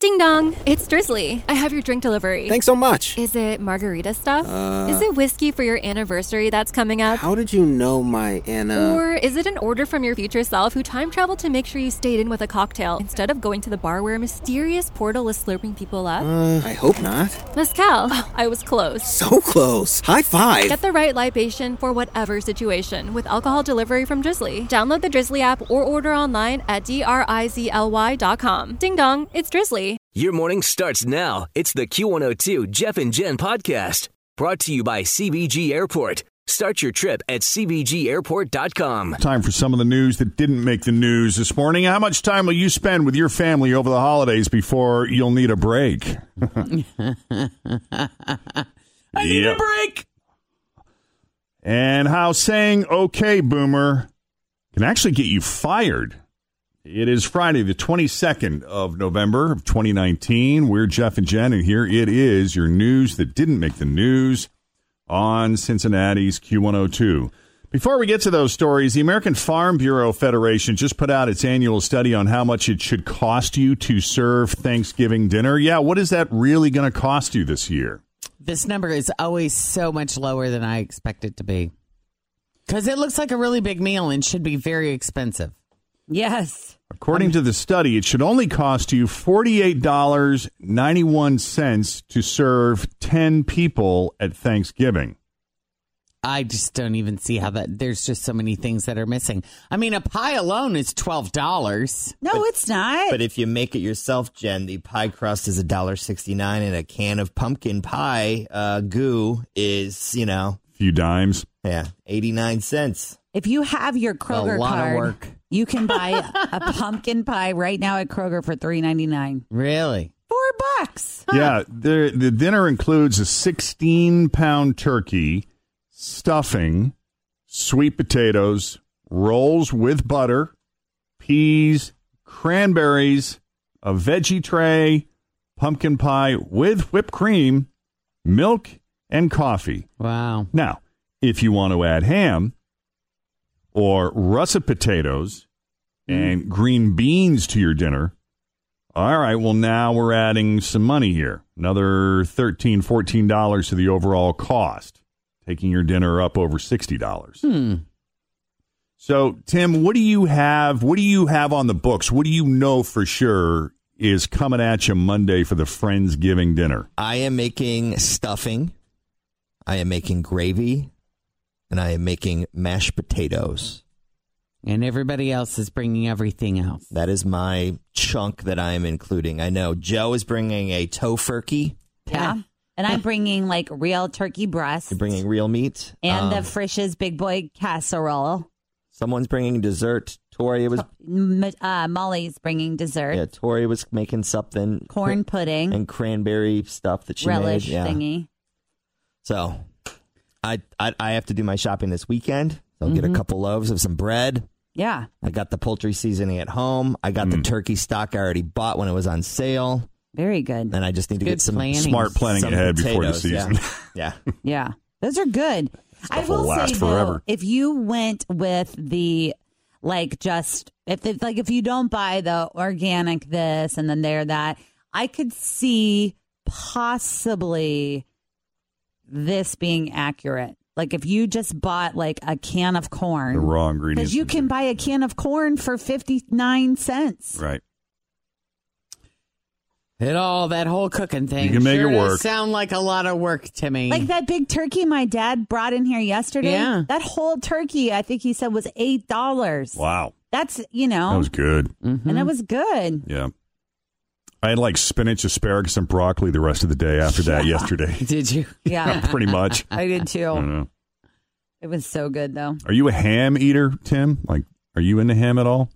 Ding dong, it's Drizzly. I have your drink delivery. Thanks so much. Is it margarita stuff? Uh, is it whiskey for your anniversary that's coming up? How did you know my Anna? Or is it an order from your future self who time traveled to make sure you stayed in with a cocktail instead of going to the bar where a mysterious portal is slurping people up? Uh, I hope not. Mezcal. Oh, I was close. So close. High five. Get the right libation for whatever situation with alcohol delivery from Drizzly. Download the Drizzly app or order online at drizly.com. Ding dong, it's Drizzly. Your morning starts now. It's the Q102 Jeff and Jen podcast brought to you by CBG Airport. Start your trip at CBGAirport.com. Time for some of the news that didn't make the news this morning. How much time will you spend with your family over the holidays before you'll need a break? I need Yeah. a break. And how saying okay, boomer, can actually get you fired. It is Friday, the 22nd of November of 2019. We're Jeff and Jen, and here it is your news that didn't make the news on Cincinnati's Q102. Before we get to those stories, the American Farm Bureau Federation just put out its annual study on how much it should cost you to serve Thanksgiving dinner. Yeah, what is that really going to cost you this year? This number is always so much lower than I expect it to be. Because it looks like a really big meal and should be very expensive. Yes. According to the study, it should only cost you $48.91 to serve 10 people at Thanksgiving. I just don't even see how that. There's just so many things that are missing. I mean, a pie alone is twelve dollars. No, it's not. But if you make it yourself, Jen, the pie crust is $1.69 and a can of pumpkin pie uh, goo is, you know, Few dimes. yeah, 89 cents. if you have your Kroger lot of card, work. you can buy a pumpkin pie right now at Kroger for three ninety nine. Really? Four bucks. Yeah, the, the dinner includes a 16 pound turkey, stuffing, sweet potatoes, rolls with butter, peas, cranberries, a veggie tray, pumpkin pie with whipped cream, milk, and coffee. Wow. Now, if you want to add ham or russet potatoes Mm-hmm. and green beans to your dinner, all right, well, now we're adding some money here. Another $13, $14 to the overall cost, taking your dinner up over $60. Hmm. So, Tim, what do you have? What do you have on the books? What do you know for sure is coming at you Monday for the Friendsgiving dinner? I am making stuffing, I am making gravy, and I am making mashed potatoes. And everybody else is bringing everything else. That is my chunk that I am including. I know Joe is bringing a tofurkey. Yeah. And I'm bringing like real turkey breast You're bringing real meat. and Um, the Frisch's Big Boy casserole. someone's bringing dessert. Tori was M- uh, Molly's bringing dessert, yeah, Tori was making something corn pudding, and cranberry stuff that she relish made. Yeah. thingy. So, I, I I have to do my shopping this weekend. So I'll Mm-hmm. get a couple loaves of some bread. Yeah. I got the poultry seasoning at home. I got Mm. the turkey stock I already bought when it was on sale, Very good. and I just need to Good get some planning. Smart planning some ahead before the potatoes. season. Yeah. yeah. Yeah, those are good. I stuff will will last say forever. Though, if you went with the like just if it, like if you don't buy the organic this and then there that, I could see possibly this being accurate. Like if you just bought like a can of The corn raw ingredients. because you can buy a can of corn for 59 cents. Right. It all that whole cooking thing. You can make sure it does work. Sound like a lot of work, Timmy. Like that big turkey my dad brought in here yesterday. Yeah. That whole turkey, I think he said was eight dollars. Wow. That's you know, That was good. Mm-hmm. and it was good. Yeah. I had like spinach, asparagus, and broccoli the rest of the day after that yesterday. Did you? Yeah, Pretty much. I did I don't too. know. It was so good though. Are you a ham eater, Tim? Like, are you into ham at all?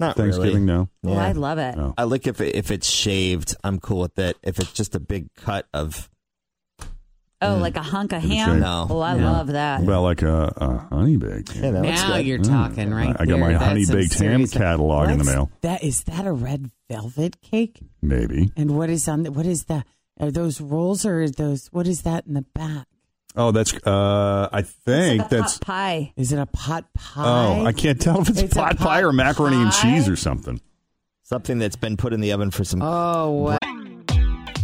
Not Thanksgiving, really. no. Oh, I love it. No. I like if it, if it's shaved, I'm cool with it. If it's just a big cut of Oh, like a hunk of Let me ham. see. No. Oh, I Yeah. love that. What about like a, a honey baked? yeah, that looks now good. you're Mm. talking right I got there. my That's honey some baked ham serious- catalog in the What's mail. That is that a red velvet cake? Maybe. And what is on the, what is the are those rolls or is those what is that in the back? Oh, that's. uh I think It's like a that's. hot pie. Is it a pot pie? Oh, I can't tell if it's, It's a pot pie pot or macaroni and pie? cheese or something. Something that's been put in the oven for some. Oh, wow.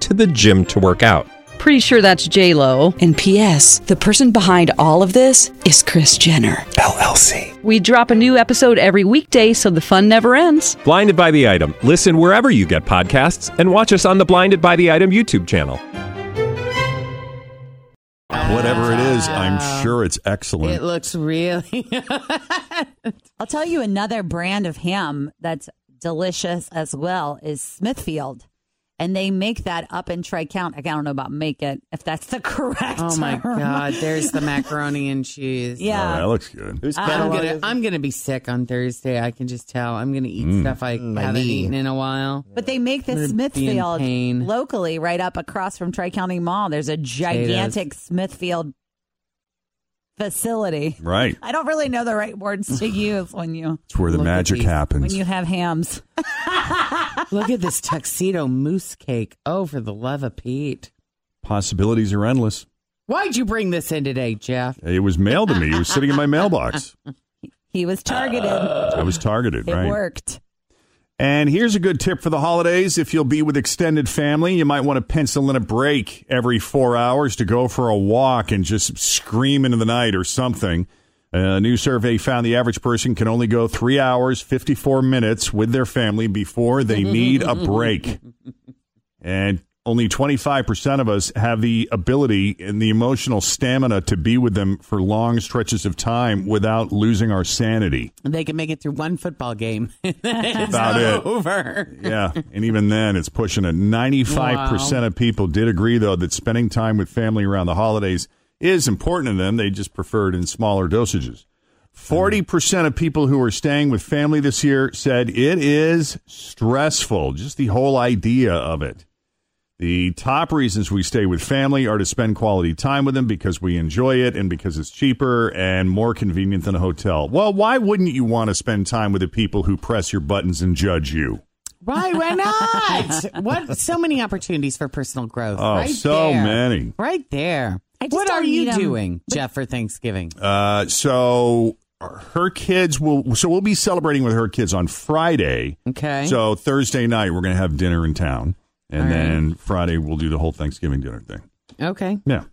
to the gym to work out. Pretty sure that's J Lo. And P.S. The person behind all of this is Chris Jenner. LLC. We drop a new episode every weekday, so the fun never ends. Blinded by the item. Listen wherever you get podcasts, and watch us on the Blinded by the Item YouTube channel. Whatever it is, I'm sure it's excellent. It looks really I'll tell you another brand of ham that's delicious as well is Smithfield. And they make that up in Tri County. I don't know about make it, if that's the correct Oh my term. god, there's the macaroni and cheese. Oh, that Yeah. Um, looks good. Who's I'm catalog gonna is it? I'm gonna be sick on Thursday. I can just tell. I'm gonna eat stuff I Mm, my haven't knee. eaten in a while. But they make I'm the gonna be in Smithfield pain. locally right up across from Tri County Mall. There's a gigantic Smithfield facility. Right. I don't really know the right words to use when you It's where the Look at magic these. when happens. you have hams. Look at this tuxedo moose cake. Oh, for the love of Pete! Possibilities are endless. Why'd you bring this in today, Jeff? It was mailed to me. It was sitting in my mailbox. He was targeted. I was targeted, it Uh, right? worked. And here's a good tip for the holidays. If you'll be with extended family, you might want to pencil in a break every four hours to go for a walk and just scream into the night or something. A new survey found the average person can only go three hours, 54 minutes with their family before they need a break. And only 25% of us have the ability and the emotional stamina to be with them for long stretches of time without losing our sanity. They can make it through one football game. about it. Over. Yeah, and even then, it's pushing it. Ninety-five percent of people did agree, though, that spending time with family around the holidays is important to them. They just prefer it in smaller dosages. Forty percent of people who are staying with family this year said it is stressful. Just the whole idea of it. The top reasons we stay with family are to spend quality time with them because we enjoy it and because it's cheaper and more convenient than a hotel. Well, why wouldn't you want to spend time with the people who press your buttons and judge you? Why? Why not? what? So many opportunities for personal growth. Oh, right so there. many. Right there. I just What don't are you need 'em. doing, Jeff, for Thanksgiving? Uh, so her kids will. So we'll be celebrating with her kids on Friday. Okay. So Thursday night we're going to have dinner in town, and All right. then Friday we'll do the whole Thanksgiving dinner thing. okay. Yeah.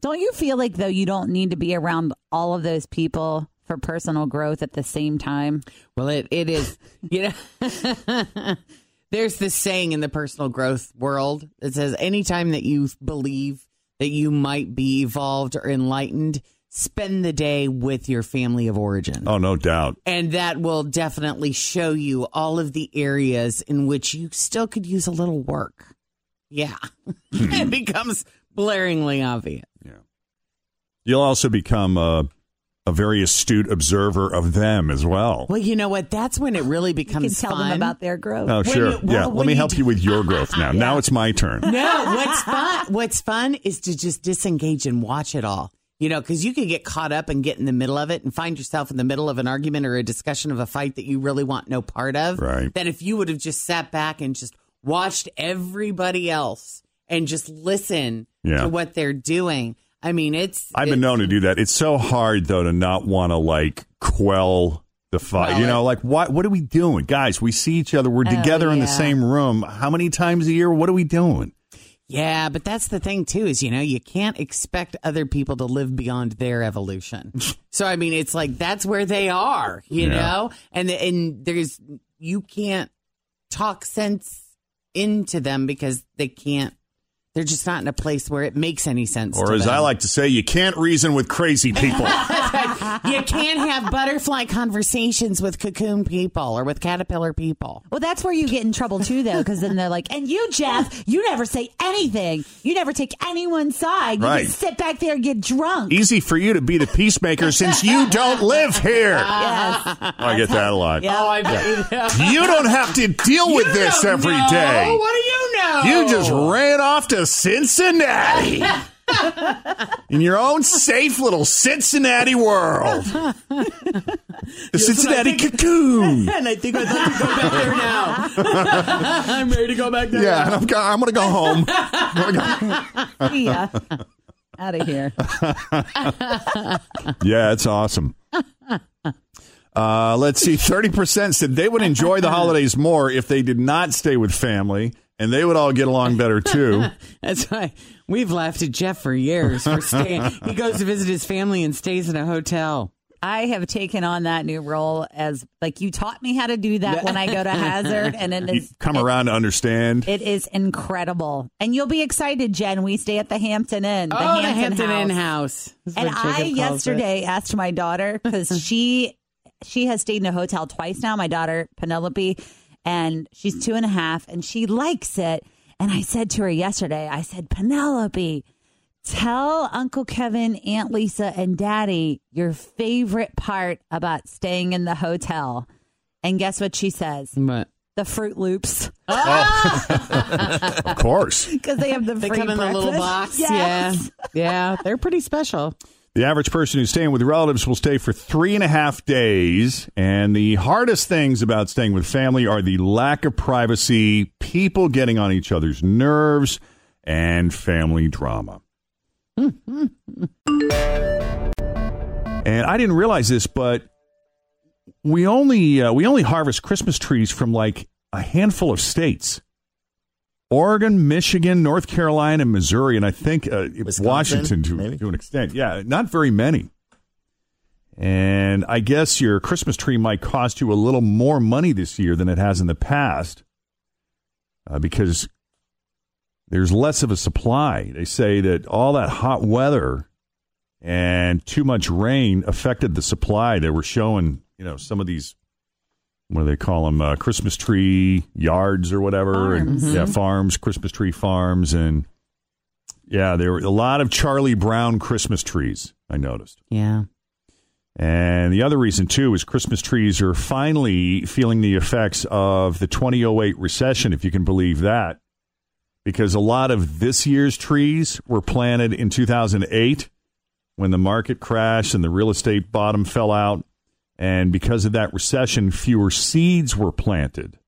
Don't you feel like though you don't need to be around all of those people for personal growth at the same time? Well, it, it is. You know, there's this saying in the personal growth world that says anytime that you believe that you might be evolved or enlightened, spend the day with your family of origin. Oh, no doubt. And that will definitely show you all of the areas in which you still could use a little work. Yeah. Hmm. it becomes blaringly obvious. You'll also become a, a very astute observer of them as well. Well, you know what? That's when it really You becomes can tell fun. them about their growth. Oh, when sure. you- yeah. well, Let when me you help do- you with your growth now. Now it's my turn. No, what's fun? What's fun is to just disengage and watch it all. You know, because you can get caught up and get in the middle of it and find yourself in the middle of an argument or a discussion of a fight that you really want no part of. Right. That if you would have just sat back and just watched everybody else and just listen Yeah. to what they're doing. I mean, it's I've been known to do that. It's so hard though to not want to like quell the fight. you know, like what what are we doing, guys? We see each other. We're Oh, together in the yeah. same room. How many times a year? What are we doing? yeah, but that's the thing too is you know you can't expect other people to live beyond their evolution. so I mean, it's like that's where they are, you Yeah. know, and and there's you can't talk sense into them because they can't. They're just not in a place where it makes any sense. Or to as them. I like to say, you can't reason with crazy people. you can't have butterfly conversations with cocoon people or with caterpillar people. Well, that's where you get in trouble too, though, because then they're like, "And you, Jeff, you never say anything. You never take anyone's side. You Right. E- just sit back there and get drunk." Easy for you to be the peacemaker since you don't live here. Yes. I get that a lot. Oh, I bet Yeah. You don't have to deal with this every day. What do you know? You just ran off to Cincinnati in your own safe little Cincinnati world. The Cincinnati cocoon. and I think I'd like to go back there now. I'm ready to go back there. Yeah, and I'm, go- I'm going to go home. yeah. Out of here. yeah, it's awesome. Uh, let's see. Thirty percent said they would enjoy the holidays more if they did not stay with family, and they would all get along better too. That's why we've laughed at Jeff for years for staying. he goes to visit his family and stays in a hotel. I have taken on that new role as like you taught me how to do that when I go to Hazard, and it You is come around to understand. it is incredible. And you'll be excited, Jen. We stay at the Hampton Inn. The oh, the Hampton, Hampton Inn House. House. is And what I Jacob calls it. yesterday asked my daughter because she she has stayed in a hotel twice now. My daughter Penelope, and she's two and a half, and she likes it. And I said to her yesterday, I said, Penelope, tell Uncle Kevin, Aunt Lisa, and Daddy your favorite part about staying in the hotel. And guess what she says? What? The Fruit Loops. Of course. Because they have the They free come in the little box. breakfast. Yes. Yeah. Yeah. They're pretty special. The average person who's staying with relatives will stay for three and a half days. And the hardest things about staying with family are the lack of privacy, people getting on each other's nerves, and family drama. and I didn't realize this, but we only uh, we only harvest Christmas trees from like a handful of states. Oregon, Michigan, North Carolina, and Missouri, and I think uh, Washington to, to an extent. Yeah, not very many. And I guess your Christmas tree might cost you a little more money this year than it has in the past uh, because there's less of a supply. They say that all that hot weather and too much rain affected the supply. They were showing, you know, some of these what do they call them? Uh, Christmas tree yards or whatever, and Farms. yeah, farms, Christmas tree farms, and yeah, there were a lot of Charlie Brown Christmas trees. I noticed. Yeah. And the other reason, too, is Christmas trees are finally feeling the effects of the 2008 recession, if you can believe that, because a lot of this year's trees were planted in 2008 when the market crashed and the real estate bottom fell out. And because of that recession, fewer seeds were planted.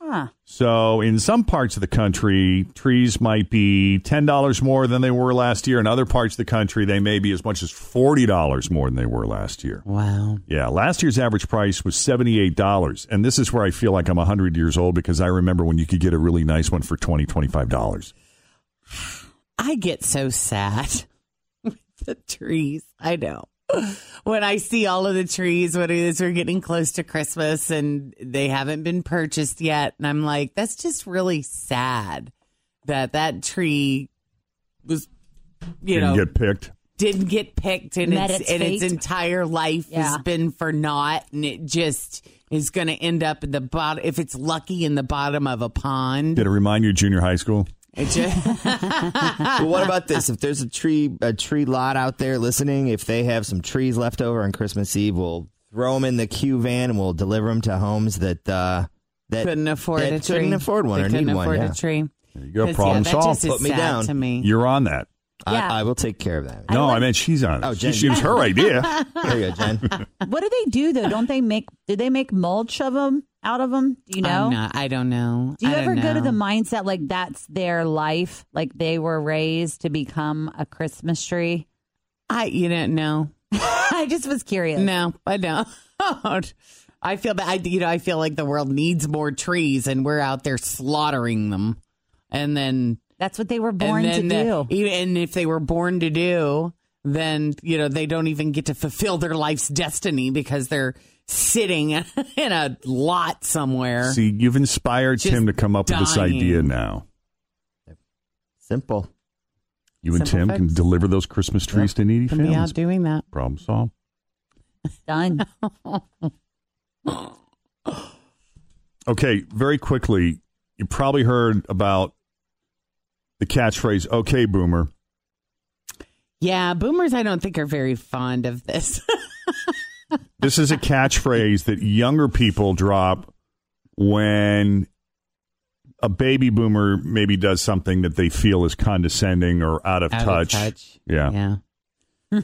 Huh. So, in some parts of the country, trees might be $10 more than they were last year. In other parts of the country, they may be as much as $40 more than they were last year. Wow. Yeah, last year's average price was $78. And this is where I feel like I'm 100 years old because I remember when you could get a really nice one for $20, $25. I get so sad with the trees. I know. When I see all of the trees, what it is, we're getting close to Christmas and they haven't been purchased yet. And I'm like, that's just really sad that that tree was, you Didn't know, get picked. didn't get picked and Met its, its and its fate. entire life has Yeah. been for naught and it just is going to end up in the bottom if it's lucky in the bottom of a pond Did it remind you of junior high school? it just, But what about this? If there's a tree a tree lot out there listening, if they have some trees left over on Christmas Eve, we'll throw them in the Q van and we'll deliver them to homes that uh, that couldn't afford that a tree couldn't afford one They or couldn't need afford one. yeah. a tree There you go. 'Cause, Problem yeah, that solved. just is Put me sad down. to me You're on that. Yeah. I, I will take care of that. No, I meant she's on it. Oh, She- Jen. she- it was her idea. There you go, Jen. What do they do though? Don't they make? Do they make mulch of them out of them? Do you know? I'm not, I don't know. Do you I don't ever go to the know. mindset like that's their life, like they were raised to become a Christmas tree? I you know no I just was curious. no I don't. I feel that I you know I feel like the world needs more trees and we're out there slaughtering them, and then That's what they were born to and then the- do. even- And if they were born to do, then you know they don't even get to fulfill their life's destiny because they're sitting in a lot somewhere. See, you've inspired Just Tim to come up with this dying. idea now. Simple. You and Simple Tim can fix. deliver those Christmas trees to needy Can be families. out doing that. Problem solved. Done. Okay, very quickly, you probably heard about the catchphrase, okay, boomer. Yeah, boomers, I don't think are very fond of this. This is a catchphrase that younger people drop when a baby boomer maybe does something that they feel is condescending or out of, Out of touch. Yeah. yeah.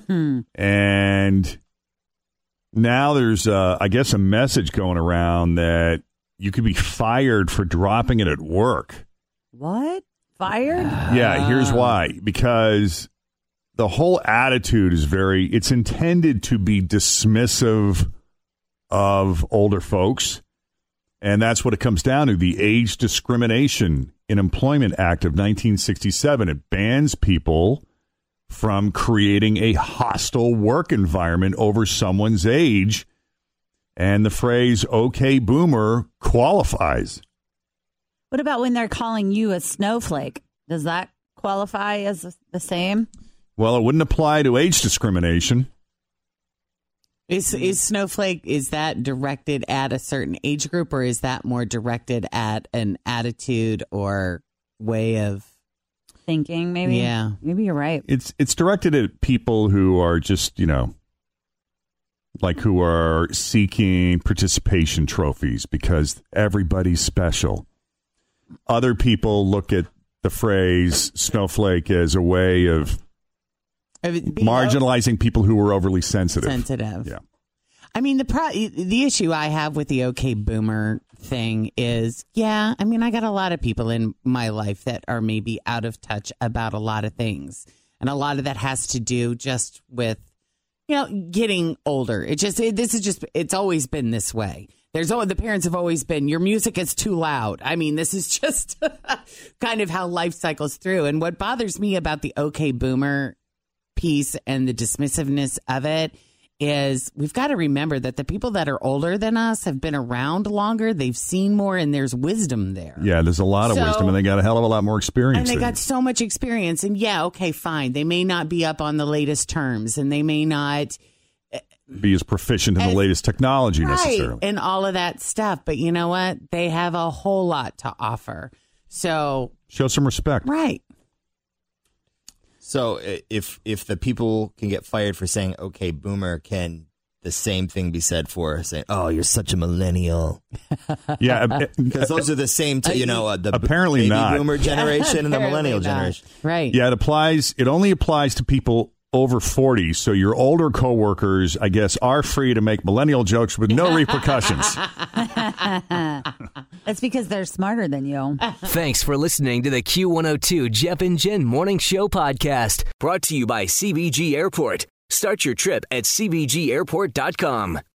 And now there's, uh, I guess, a message going around that you could be fired for dropping it at work. what? Fired? Yeah, here's why. Because the whole attitude is very, it's intended to be dismissive of older folks. And that's what it comes down to the Age Discrimination in Employment Act of 1967. It bans people from creating a hostile work environment over someone's age. And the phrase, okay, boomer, qualifies. What about when they're calling you a snowflake? Does that qualify as the same? Well, it wouldn't apply to age discrimination. Is is snowflake is that directed at a certain age group or is that more directed at an attitude or way of Thinking maybe. Yeah. Maybe you're right. it's it's directed at people who are just you know like who are seeking participation trophies because everybody's special other people look at the phrase snowflake as a way of of it being marginalizing people who are overly sensitive sensitive? yeah I mean the pro- the issue I have with the okay boomer thing is yeah, I mean I got a lot of people in my life that are maybe out of touch about a lot of things. And a lot of that has to do just with you know, getting older. It just it, this is just it's always been this way. There's all the parents have always been your music is too loud. I mean, this is just kind of how life cycles through. And what bothers me about the okay boomer piece and the dismissiveness of it is we've got to remember that the people that are older than us have been around longer, they've seen more and there's wisdom there. yeah there's a lot of So- wisdom and they got a hell of a lot more experience And they than- got so much experience. And yeah, okay, fine. They may not be up on the latest terms and they may not be as proficient in the And- latest technology right, necessarily and all of that stuff. But you know what? They have a whole lot to offer. So, show some respect right. So i- if if the people can get fired for saying okay boomer, can the same thing be said for saying oh you're such a millennial? yeah Because those are the same, t- you know, uh, the b- Apparently baby not. boomer generation and the Apparently millennial not. generation. Right. Yeah, it applies. It only applies to people over 40. So your older coworkers, I guess, are free to make millennial jokes with no repercussions. That's because they're smarter than you. Thanks for listening to the Q102 Jeff and Jen Morning Show podcast, brought to you by CBG Airport. Start your trip at CBGAirport.com.